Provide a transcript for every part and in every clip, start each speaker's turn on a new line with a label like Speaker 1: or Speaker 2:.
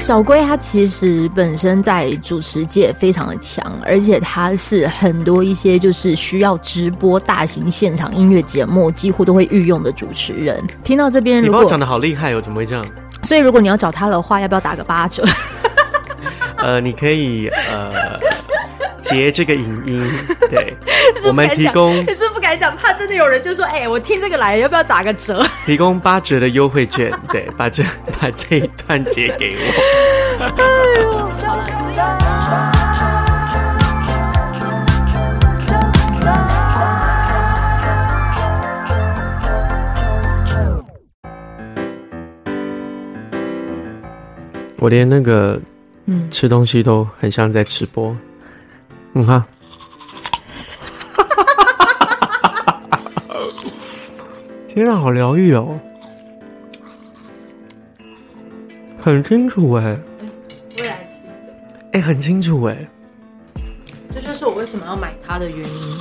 Speaker 1: 小龟他其实本身在主持界非常的强，而且他是很多一些就是需要直播大型现场音乐节目几乎都会御用的主持人。听到这边，
Speaker 2: 你
Speaker 1: 如
Speaker 2: 把
Speaker 1: 果
Speaker 2: 我讲的好厉害哦，怎么 会这样？
Speaker 1: 所以如果你要找他的话，要不要打个八 折？
Speaker 2: 呃，你可以呃截这个影音，对，
Speaker 1: 是
Speaker 2: 我们
Speaker 1: 不敢
Speaker 2: 提
Speaker 1: 讲
Speaker 2: 供
Speaker 1: 可是不敢讲，怕真的有人就说：“哎、我听这个来，要不要打个 折
Speaker 2: 提供八折的优惠券，对，把这把这一段截给我。？”
Speaker 1: 好了，所以
Speaker 2: 我连那个
Speaker 1: 嗯
Speaker 2: 吃东西都很像在直播，嗯哈。天啊，好疗愈哦，很清楚哎、
Speaker 1: 未来吃，
Speaker 2: 哎、很清楚哎、
Speaker 1: 这就是我为什么要买它的原因。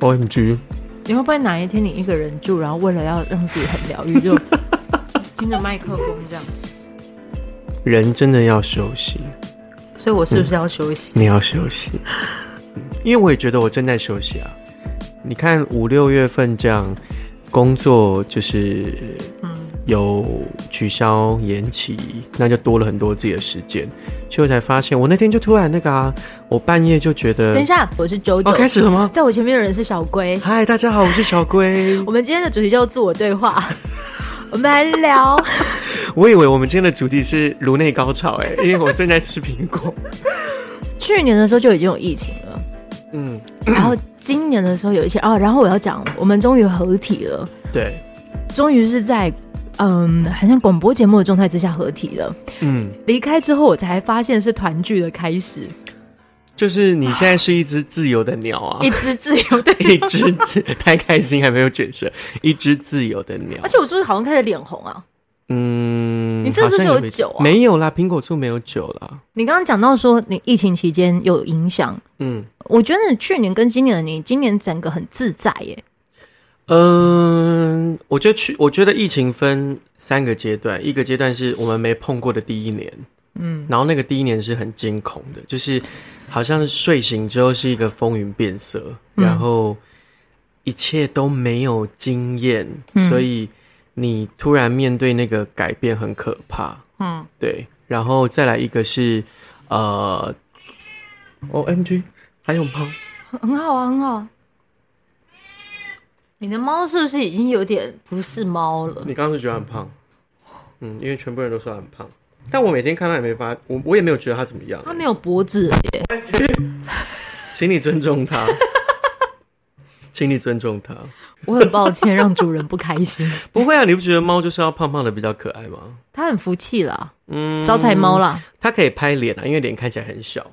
Speaker 2: o m g
Speaker 1: 你会不会哪一天你一个人住，然后为了要让自己很疗愈，就听着麦克风 这样？
Speaker 2: 人真的要休息，
Speaker 1: 所以我是不是要休息？
Speaker 2: 你要休息， 因为我也觉得我正在休息啊。你看五六月份这样，工作就是
Speaker 1: 嗯，
Speaker 2: 有取消、延期，那就多了很多自己的时间。所以我才发现，我那天就突然那个啊，我半夜就觉得，
Speaker 1: 等一，下，我是九九、
Speaker 2: 哦，开始了吗？
Speaker 1: 在我前面的人是小龟。
Speaker 2: 嗨，大家好，我是小 龟。
Speaker 1: 我们今天的主题叫自我对话， 我们来聊。
Speaker 2: 我以为我们今天的主题是颅内高潮、哎，因为我正在吃苹果。
Speaker 1: 去年的时候就已经有疫情 了，
Speaker 2: 嗯，
Speaker 1: 然后今年的时候有一些哦，然后我要讲，我们终于合体了，
Speaker 2: 对，
Speaker 1: 终于是在嗯，好像广播节目的状态之下合体了。
Speaker 2: 嗯，
Speaker 1: 离开之后，我才发现是团聚的开始，
Speaker 2: 就是你现在是一只自由的鸟啊。
Speaker 1: 一。只自由的
Speaker 2: 一只自太开心，还没有卷舌。 一只自由的鸟
Speaker 1: 而，且我是不是好像开始脸红啊？
Speaker 2: 嗯，
Speaker 1: 你这是不是
Speaker 2: 好像
Speaker 1: 有酒啊
Speaker 2: 没有啦，苹果醋没有酒啦。
Speaker 1: 你刚刚讲到说你疫情期间有影响，
Speaker 2: 嗯，
Speaker 1: 我觉得去年跟今年的你，今年整个很自在耶。
Speaker 2: 嗯，我觉得去，我觉得疫情分三个阶段，一个阶段是我们没碰过的第一年，嗯，然后那个第一年是很惊恐的，就是好像睡醒之后是一个风云变色，
Speaker 1: 嗯
Speaker 2: 然后一切都没有经验，
Speaker 1: 嗯
Speaker 2: 所以你突然面对那个改变很可怕，
Speaker 1: 嗯，
Speaker 2: 对，然后再来一个是呃，O M G，还有吗？
Speaker 1: 很好啊，很好啊。你的猫是不是已经有点不是猫了？
Speaker 2: 你刚刚是觉得很胖，嗯，因为全部人都说他很胖，但我每天看他也没发，我我也没有觉得他怎么样。
Speaker 1: 它没有脖子了耶。
Speaker 2: 请你尊重他， 请你尊重他。
Speaker 1: 我很抱歉让主人不开 心，
Speaker 2: 不会啊，你不觉得猫就是要胖胖的比较可爱吗？
Speaker 1: 它很服气啦，
Speaker 2: 嗯，
Speaker 1: 招财猫，啦，
Speaker 2: 它可以拍脸啊，因为脸看起来很小。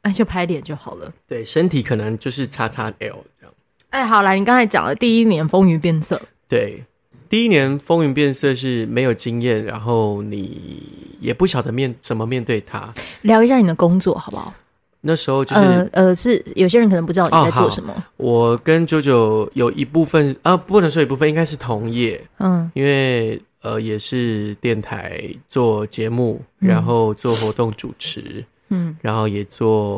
Speaker 1: 哎，就拍脸就好了。
Speaker 2: 对，身体可能就是叉叉 L 这样。
Speaker 1: 哎，好啦，你刚才讲了第一年风云变色，
Speaker 2: 对，第一年风云变色是没有经验，然后你也不晓得面怎么面对它。
Speaker 1: 聊一下你的工作好不好？
Speaker 2: 那时候就是、
Speaker 1: 呃呃，是有些人可能不知道你
Speaker 2: 哦
Speaker 1: 在
Speaker 2: 好
Speaker 1: 做什么，
Speaker 2: 我跟九九有一部分啊，不能说一部分，应该是同业，
Speaker 1: 嗯
Speaker 2: 因为呃也是电台做节目，
Speaker 1: 嗯
Speaker 2: 然后做活动主持，
Speaker 1: 嗯
Speaker 2: 然后也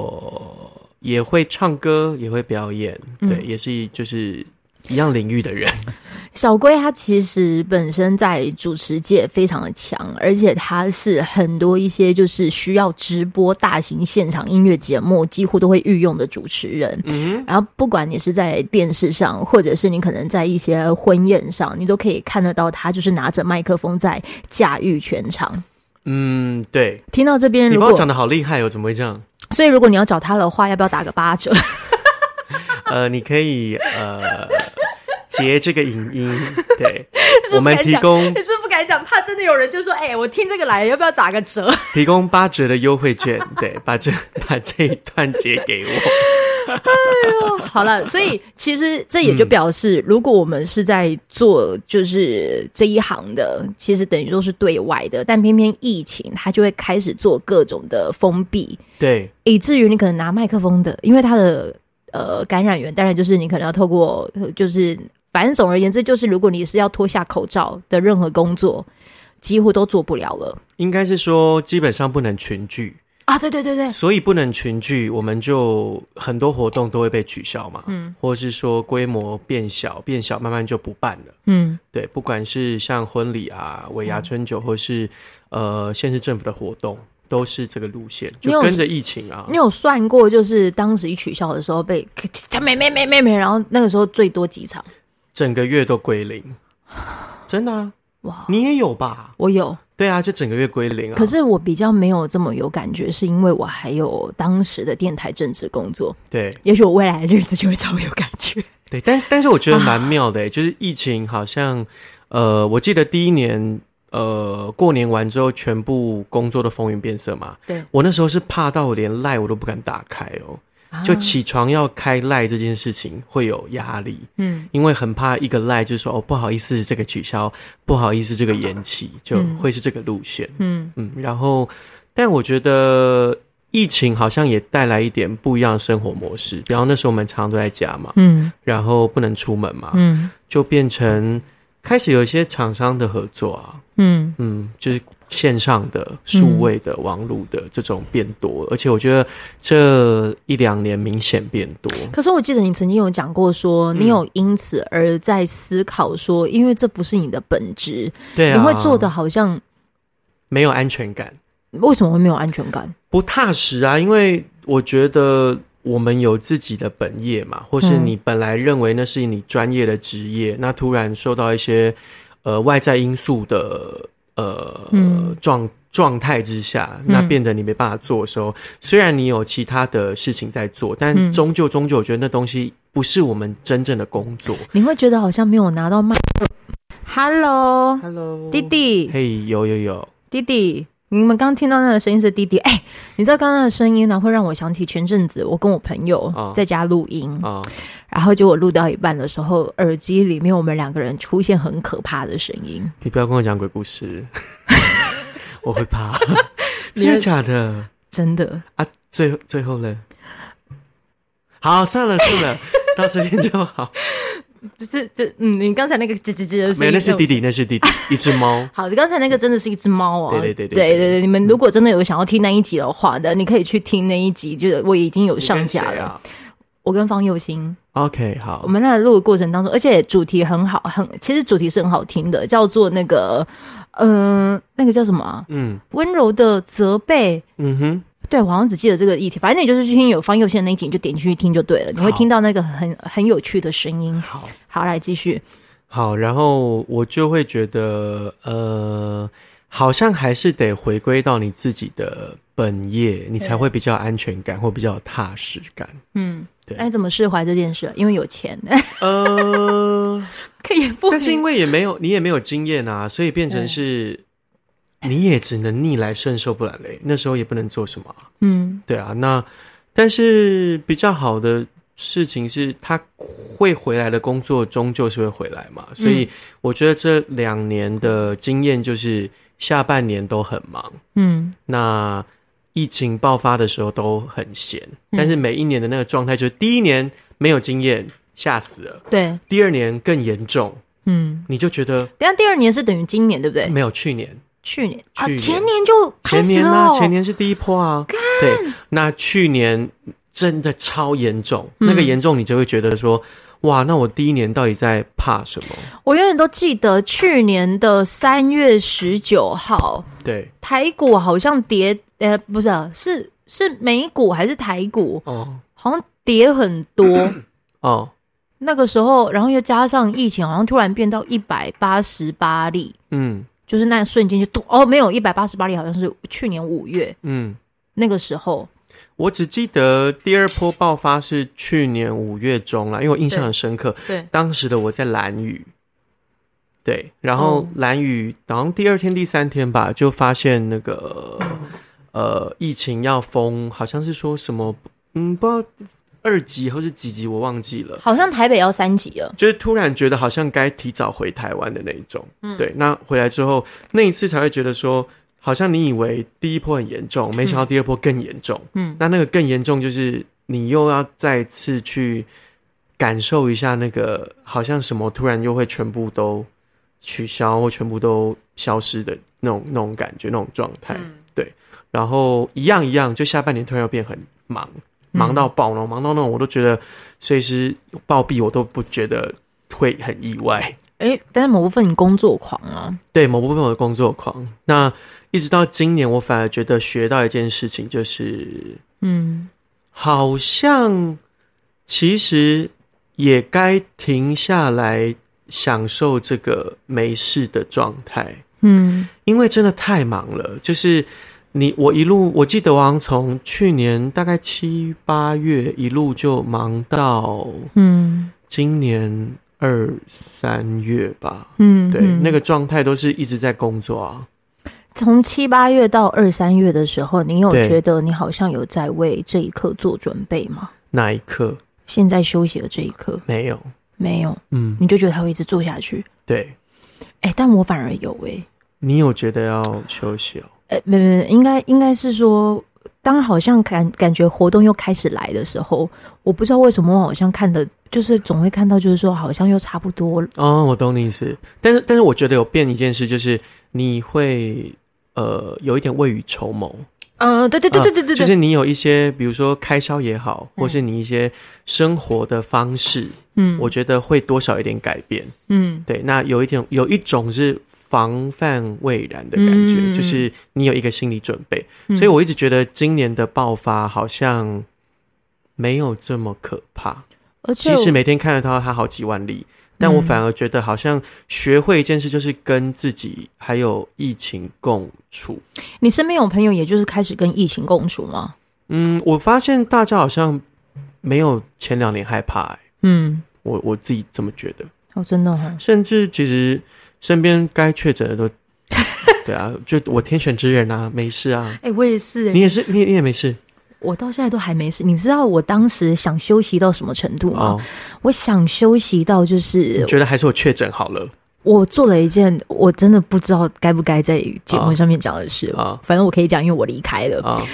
Speaker 2: 做也会唱歌，也会表演，
Speaker 1: 嗯
Speaker 2: 对，也是就是一样领域的人。
Speaker 1: 小龟他其实本身在主持界非常的强，而且他是很多一些就是需要直播大型现场音乐节目几乎都会御用的主持人。
Speaker 2: 嗯，
Speaker 1: 然后不管你是在电视上，或者是你可能在一些婚宴上，你都可以看得到他就是拿着麦克风在驾驭全场。
Speaker 2: 嗯，对，
Speaker 1: 听到这边，
Speaker 2: 你
Speaker 1: 如
Speaker 2: 把
Speaker 1: 果
Speaker 2: 我讲的好厉害哦，怎么会这样？
Speaker 1: 所以如果你要找他的话，要不要打个八 折？
Speaker 2: 呃，你可以呃截这个影音， 对，
Speaker 1: 是
Speaker 2: 我们
Speaker 1: 不敢
Speaker 2: 提
Speaker 1: 讲
Speaker 2: 供
Speaker 1: 是不敢讲，怕真的有人就说：“哎、我听这个来，要不要打个折
Speaker 2: 提供八折的优惠券， 对，把这把这一段截给我。？”
Speaker 1: 好了，所以其实这也就表示，如果我们是在做就是这一行的，其实等于说是对外的，但偏偏疫情它就会开始做各种的封闭，
Speaker 2: 对，
Speaker 1: 以至于你可能拿麦克风的，因为它的呃感染源，当然就是你可能要透过，呃就是反正总而言之，就是如果你是要脱下口罩的任何工作，几乎都做不了了
Speaker 2: 应该是说基本上不能群聚，
Speaker 1: 啊！对对对 对，
Speaker 2: 所以不能群聚，我们就很多活动都会被取消嘛，嗯，或者是说规模变小，变小慢慢就不办了。
Speaker 1: 嗯，
Speaker 2: 对，不管是像婚礼啊、尾牙春酒，或是呃县市政府的活动，都是这个路线，
Speaker 1: 你
Speaker 2: 就
Speaker 1: 有
Speaker 2: 跟着疫情啊
Speaker 1: 你。有算过就是当时一取消的时候被 他没没没没没，然后那个时候最多几场？
Speaker 2: 整个月都归零，真的、啊？
Speaker 1: 哇，
Speaker 2: 你也有吧？
Speaker 1: 我有，
Speaker 2: 对啊，就整个月归零啊。
Speaker 1: 可是我比较没有这么有感觉，是因为我还有当时的电台正职工作，
Speaker 2: 对
Speaker 1: 也许我未来的日子就会超有感觉。
Speaker 2: 对，但但是我觉得蛮妙的、欸，就是疫情好像，呃，我记得第一年，呃，过年完之后，全部工作都风云变色嘛。
Speaker 1: 对，
Speaker 2: 我那时候是怕到我连赖我都不敢打开哦、就起床要开赖这件事情会有压力，
Speaker 1: 嗯，
Speaker 2: 因为很怕一个赖就是说哦不好意思这个取消，不好意思这个延期，就会是这个路线。
Speaker 1: 嗯
Speaker 2: 嗯，然后但我觉得疫情好像也带来一点不一样的生活模式，比方那时候我们常常都在家嘛，
Speaker 1: 嗯
Speaker 2: 然后不能出门嘛，
Speaker 1: 嗯
Speaker 2: 就变成开始有一些厂商的合作啊，
Speaker 1: 嗯
Speaker 2: 嗯，就是线上的、数位的、网络的这种变多，而且我觉得这一两年明显变多。
Speaker 1: 可是我记得你曾经有讲过说，
Speaker 2: 嗯
Speaker 1: 你有因此而在思考说，因为这不是你的本职，
Speaker 2: 对啊，
Speaker 1: 你会做的好像
Speaker 2: 没有安全感，
Speaker 1: 为什么会没有安全感？
Speaker 2: 不踏实啊，因为我觉得。我们有自己的本业嘛，或是
Speaker 1: 嗯
Speaker 2: 你本来认为那是你专业的职业，那突然受到一些呃外在因素的呃、
Speaker 1: 嗯
Speaker 2: 状状态之下，那变得你没办法做的时候，虽然你有其他的事情在做，但
Speaker 1: 嗯
Speaker 2: 终究终究，我觉得那东西不是我们真正的工作。
Speaker 1: 你会觉得好像没有拿到麦克。Hello，
Speaker 2: Hello，
Speaker 1: 弟，弟，
Speaker 2: 嘿、有有有，
Speaker 1: 弟弟，你们刚听到那个声音是弟弟。哎、你知道刚刚的声音呢，会让我想起前阵子我跟我朋友
Speaker 2: 啊
Speaker 1: 在家录音，
Speaker 2: 啊、
Speaker 1: 然后结果录到一半的时候，耳机里面我们两个人出现很可怕的声音。
Speaker 2: 你不要跟我讲鬼 故事，我会怕。真的假的
Speaker 1: 真的，
Speaker 2: 啊？最后最后呢？好，算了 算了，到这边就好。
Speaker 1: 这这，嗯，你刚才那个吱吱吱的声音，
Speaker 2: 没有，那是弟。弟，那是弟弟，一只猫。
Speaker 1: 好，刚才那个真的是一只猫哦。
Speaker 2: 对对对
Speaker 1: 对
Speaker 2: 对对
Speaker 1: 对对你们如果真的有想要听那一集的话的，你可以去听那一集，就是我已经有 上架
Speaker 2: 你跟谁
Speaker 1: 了。
Speaker 2: 啊
Speaker 1: 我跟方佑兴，
Speaker 2: OK，
Speaker 1: 我
Speaker 2: 好，
Speaker 1: 们在录的过程当中，而且主题很好，很其实主题是很好听的，叫做那个，嗯、那个叫什么啊
Speaker 2: 嗯
Speaker 1: 温柔的责备。
Speaker 2: 嗯哼，
Speaker 1: 对，我好像只记得这个议题，反正你就是去听有方佑宪那一集，你就点进去听就对了，你会
Speaker 2: 好
Speaker 1: 听到那个很很有趣的声音。
Speaker 2: 好
Speaker 1: 好，来继续，
Speaker 2: 好，然后我就会觉得，呃，好像还是得回归到你自己的本业，你才会比较有安全感，或比较有踏实感。
Speaker 1: 嗯，
Speaker 2: 对
Speaker 1: 那你怎么释怀这件事？因为有 钱，
Speaker 2: 呃。
Speaker 1: 可以不
Speaker 2: 但是因
Speaker 1: 为
Speaker 2: 为也没有你也没有经验啊，所以变成是，你也只能逆来顺受，不然嘞，那时候也不能做什么啊、
Speaker 1: 嗯
Speaker 2: 对啊，那但是比较好的事情是，他会回来的工作终究是会回来嘛，所以我觉得这两年的经验就是下半年都很忙，
Speaker 1: 嗯
Speaker 2: 那疫情爆发的时候都很闲，但是每一年的那个状态就是第一年没有经验，吓死了；
Speaker 1: 对
Speaker 2: 第二年更严重，
Speaker 1: 嗯。哎
Speaker 2: 你就觉得。
Speaker 1: 等一下第二年是等于今年对不对？
Speaker 2: 没有，去年，
Speaker 1: 去年
Speaker 2: 嗯去
Speaker 1: 啊，
Speaker 2: 年
Speaker 1: 前年就开
Speaker 2: 前
Speaker 1: 始
Speaker 2: 年
Speaker 1: 了
Speaker 2: 啊，
Speaker 1: 哦，
Speaker 2: 前年是第一波啊。对，那去年真的超严重，
Speaker 1: 嗯
Speaker 2: 那个严重你就会觉得说，哇，那我第一年到底在怕什么？
Speaker 1: 我永远都记得去年的三月十九号，
Speaker 2: 对，
Speaker 1: 台股好像跌，呃，不是、啊，是是美股还是台股，
Speaker 2: 哦
Speaker 1: 好像跌很 多。
Speaker 2: 哦，
Speaker 1: 那个时候，然后又加上疫情，好像突然变到一百八十八例，
Speaker 2: 嗯
Speaker 1: 就是那瞬间就咚哦，没有一百八十八例，好像是去年五月
Speaker 2: 嗯，
Speaker 1: 那个时候。
Speaker 2: 我只记得第二波爆发是去年五月中啦，因为我印象
Speaker 1: 对
Speaker 2: 很深刻，
Speaker 1: 对，
Speaker 2: 当时的我在蓝屿。对，然后
Speaker 1: 哦
Speaker 2: 蓝屿好像第二天、第三天吧，就发现那个呃疫情要封，好像是说什么嗯，不知道二级或是几级，我忘记了。
Speaker 1: 好像台北要三级了。
Speaker 2: 就是突然觉得好像该提早回台湾的那一种，对。那回来之后，那一次才会觉得说，好像你以为第一波很严重，没想到第二波更严重。
Speaker 1: 嗯，
Speaker 2: 那那个更严重就是你又要再次去感受一下那个好像什么突然又会全部都取消或全部都消失的那种那种感觉、那种状态。对，然后一样一样，就下半年突然又变很忙，忙到爆，然后忙到那种我都觉得随时暴毙，我都不觉得会很意外。
Speaker 1: 哎，但是某部分你工作狂啊，
Speaker 2: 对某部分我的工作狂，那一直到今年，我反而觉得学到一件事情，就是
Speaker 1: 嗯，
Speaker 2: 好像其实也该停下来享受这个没事的状态。
Speaker 1: 嗯，
Speaker 2: 因为真的太忙了，就是你我一路，我记得我好像从去年大概七八月一路就忙到
Speaker 1: 嗯，
Speaker 2: 今年二三月吧。
Speaker 1: 嗯，
Speaker 2: 对，
Speaker 1: 嗯
Speaker 2: 那个状态都是一直在工作啊。
Speaker 1: 从七八月到二三月的时候，你有
Speaker 2: 对
Speaker 1: 觉得你好像有在为这一刻做准备吗？
Speaker 2: 那一刻
Speaker 1: 现在休息的这一刻
Speaker 2: 没有，
Speaker 1: 没有，
Speaker 2: 嗯，
Speaker 1: 你就觉得他会一直做下去。
Speaker 2: 对
Speaker 1: 哎、但我反而有哎、
Speaker 2: 你有觉得要休息哦？
Speaker 1: 呃，没没，没应该应该是说，当好像感感觉活动又开始来的时候，我不知道为什么我好像看的，就是总会看到，就是说好像又差不多了。
Speaker 2: 哦，我懂你意思，但是但是我觉得有变一件事，就是你会呃有一点未雨绸缪，
Speaker 1: 嗯，对对对对对对
Speaker 2: 就
Speaker 1: 对，
Speaker 2: 是你有一些，比如说开销也好，
Speaker 1: 嗯
Speaker 2: 或是你一些生活的方式，
Speaker 1: 嗯，
Speaker 2: 我觉得会多少有点改变。
Speaker 1: 嗯
Speaker 2: 对，那有一点有一种是防范未然的感觉，
Speaker 1: 嗯
Speaker 2: 就是你有一个心理准备。
Speaker 1: 嗯
Speaker 2: 所以我一直觉得今年的爆发好像没有这么可怕，
Speaker 1: 而且
Speaker 2: 即
Speaker 1: 我
Speaker 2: 使每天看得到它好几万例。但我
Speaker 1: 嗯
Speaker 2: 反而觉得，好像学会一件事，就是跟自己还有疫情共处。
Speaker 1: 你身边有朋友，也就是开始跟疫情共处吗？
Speaker 2: 嗯，我发现大家好像没有前两年害怕、欸，
Speaker 1: 嗯，
Speaker 2: 我我自己这么觉得。
Speaker 1: 哦，真的哦，
Speaker 2: 甚至其实身边该确 诊的都，对啊，就我天选之人啊，没事啊，
Speaker 1: 哎、我也是、
Speaker 2: 你也是，你也你也没事
Speaker 1: 我到现在都还没事。你知道我当时想休息到什么程度吗？
Speaker 2: 哦。
Speaker 1: 我想休息到就是
Speaker 2: 你觉得还是我确诊好了
Speaker 1: 我做了一件我真的不知道该不该在节目上面讲的事。
Speaker 2: 啊
Speaker 1: 反正我可以讲，因为我离开了。
Speaker 2: 啊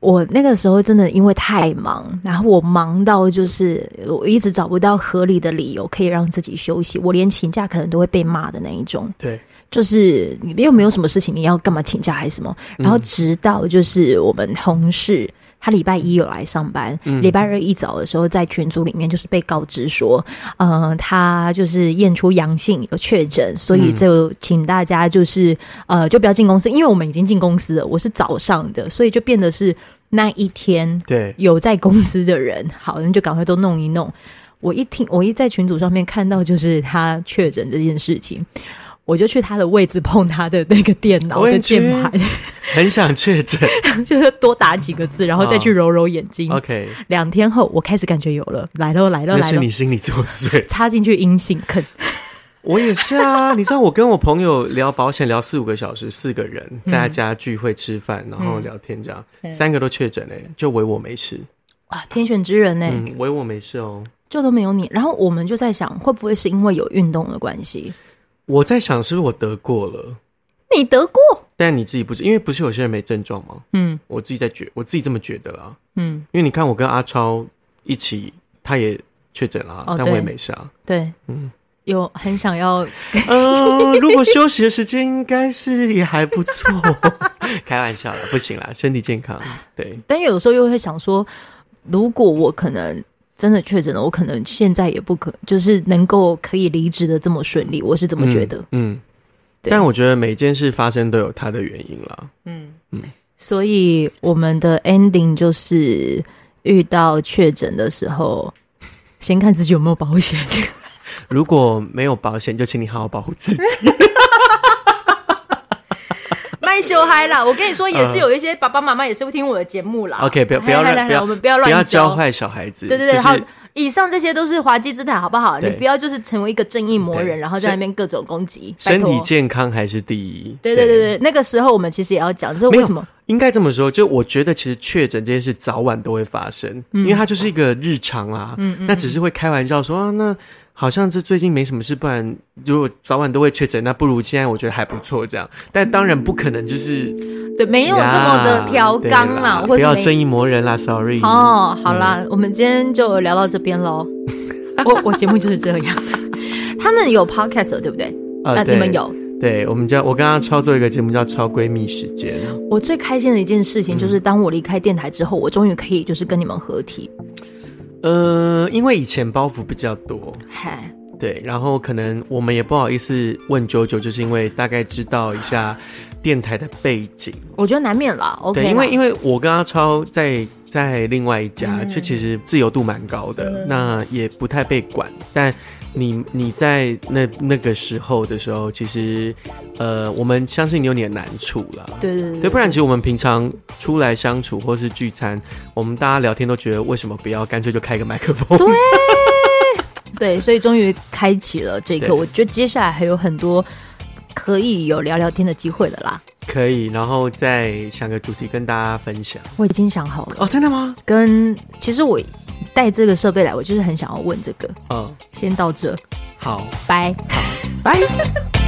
Speaker 1: 我那个时候真的因为太忙，然后我忙到就是我一直找不到合理的理由可以让自己休息，我连请假可能都会被骂的那一种。
Speaker 2: 对，
Speaker 1: 就是你又没有什么事情，你要干嘛请假还是什么？然后
Speaker 2: 嗯
Speaker 1: 直到就是我们同事。他礼拜一有来上班，
Speaker 2: 嗯
Speaker 1: 礼拜二一早的时候，在群组里面就是被告知说，呃，他就是验出阳性，有确诊，所以
Speaker 2: 嗯
Speaker 1: 就请大家就是呃，就不要进公司，因为我们已经进公司了，我是早上的，所以就变得是那一天
Speaker 2: 对，
Speaker 1: 有在公司的人，好，那就赶快都弄一弄。我一听，我一在群组上面看到就是他确诊这件事情，我就去他的位置碰他的那个电脑的
Speaker 2: OMG
Speaker 1: 键盘，
Speaker 2: 很想确 诊。
Speaker 1: 就是多打几个字，然后再去揉揉眼睛。
Speaker 2: OK，
Speaker 1: 两天后，我开始感觉有了，来喽来喽
Speaker 2: 那
Speaker 1: 来
Speaker 2: 是
Speaker 1: 喽
Speaker 2: 你，心理作祟。
Speaker 1: 插进去阴性，肯
Speaker 2: 我也是啊，你知道我跟我朋友聊保险聊四五个小时，四个人在他家聚会吃饭，然后聊天这样，
Speaker 1: 嗯
Speaker 2: 三个都确诊嘞，就唯我没事。
Speaker 1: 哇，天选之人呢、欸
Speaker 2: 嗯，唯我没事哦。
Speaker 1: 就都没有你。然后我们就在想，会不会是因为有运动的关系？
Speaker 2: 我在想是不是我得过了，
Speaker 1: 你得过？
Speaker 2: 但你自己不知，因为不是有些人没症状吗？
Speaker 1: 嗯
Speaker 2: 我自己在觉，我自己这么觉得啦。
Speaker 1: 嗯，
Speaker 2: 因为你看，我跟阿超一起，他也确诊啦，
Speaker 1: 哦
Speaker 2: 但我
Speaker 1: 对
Speaker 2: 也没事啊。
Speaker 1: 对，
Speaker 2: 嗯
Speaker 1: 有很想要
Speaker 2: 嗯、如果休息的时间应该是也还 不错，开玩笑啦，不行啦，身体健康。对，
Speaker 1: 但有时候又会想说，如果我可能真的确诊了，我可能现在也不可，就是能够可以离职的这么顺利，我是这么觉得。
Speaker 2: 嗯，嗯
Speaker 1: 对
Speaker 2: 但我觉得每件事发生都有它的原因啦。
Speaker 1: 嗯
Speaker 2: 嗯
Speaker 1: 所以我们的 ending 就是遇到确诊的时候，先看自己有没有保险。
Speaker 2: 如果没有保险，就请你好好保护 自己。
Speaker 1: 卖羞嗨啦！我跟你说，也是有一些爸爸妈妈也是会听我的节目啦。
Speaker 2: OK，不要不要
Speaker 1: 嗨嗨
Speaker 2: 乱
Speaker 1: 嗨
Speaker 2: 不要
Speaker 1: 我们不要
Speaker 2: 不要
Speaker 1: 乱
Speaker 2: 教。坏小孩子。
Speaker 1: 对对对，
Speaker 2: 就
Speaker 1: 好
Speaker 2: 是，
Speaker 1: 以上这些都是滑稽之谈，好不好？你
Speaker 2: 对
Speaker 1: 不要就是成为一个正义魔人，
Speaker 2: 对
Speaker 1: 然后在那边各种攻击，拜
Speaker 2: 身
Speaker 1: 托
Speaker 2: 体健康还是第一。
Speaker 1: 对对对对，那个时候我们其实也要讲，就是
Speaker 2: 没有
Speaker 1: 为什么
Speaker 2: 应该这么说，就我觉得其实确诊这件事早晚都会发生，因为它就是一个日常啦。
Speaker 1: 嗯嗯
Speaker 2: 那只是会开玩笑说啊，那好像这最近没什么事，不然如果早晚都会确诊，那不如现在我觉得还不错这样。但当然不可能就是
Speaker 1: 对没有这么的调纲
Speaker 2: 啦
Speaker 1: 啦，，
Speaker 2: 不
Speaker 1: 或
Speaker 2: 要
Speaker 1: 是
Speaker 2: 正
Speaker 1: 没
Speaker 2: 义嗯魔人啦，sorry。
Speaker 1: 哦，好啦，我们今天就聊到这边 喽。我我节目就是这样，他们有 podcast 的对不对？
Speaker 2: 呃
Speaker 1: 那
Speaker 2: 对
Speaker 1: 你们有？
Speaker 2: 对我们叫我跟她操作一个节目叫《超闺蜜时间》，
Speaker 1: 我最开心的一件事情就是，当我离开电台之后，我终于可以就是跟你们合体。
Speaker 2: 嗯、因为以前包袱比较多，
Speaker 1: 嗨，
Speaker 2: 对，然后可能我们也不好意思问九九，就是因为大概知道一下电台的背景，
Speaker 1: 我觉得难免啦，OK
Speaker 2: 对，
Speaker 1: 啦。
Speaker 2: 因为因为我跟阿超在在另外一家，这、其实自由度蛮高的，那也不太被管。但你你在那那个时候的时候，其实呃，我们相信你有你的难处啦。
Speaker 1: 对对对
Speaker 2: 对，不然其实我们平常出来相处或是聚餐，我们大家聊天都觉得为什么不要干脆就开个麦克风？
Speaker 1: 对对，所以终于开启了这
Speaker 2: 对
Speaker 1: 个，我觉得接下来还有很多可以有聊聊天的机会的啦。
Speaker 2: 可以，然后再想个主题跟大家分享。
Speaker 1: 我已经想好了，
Speaker 2: 哦，真的吗？
Speaker 1: 跟其实我带这个设
Speaker 2: 哦
Speaker 1: 备来，我就是很想要问这个。
Speaker 2: 嗯，
Speaker 1: 先到这，
Speaker 2: 好。
Speaker 1: 拜。
Speaker 2: 拜。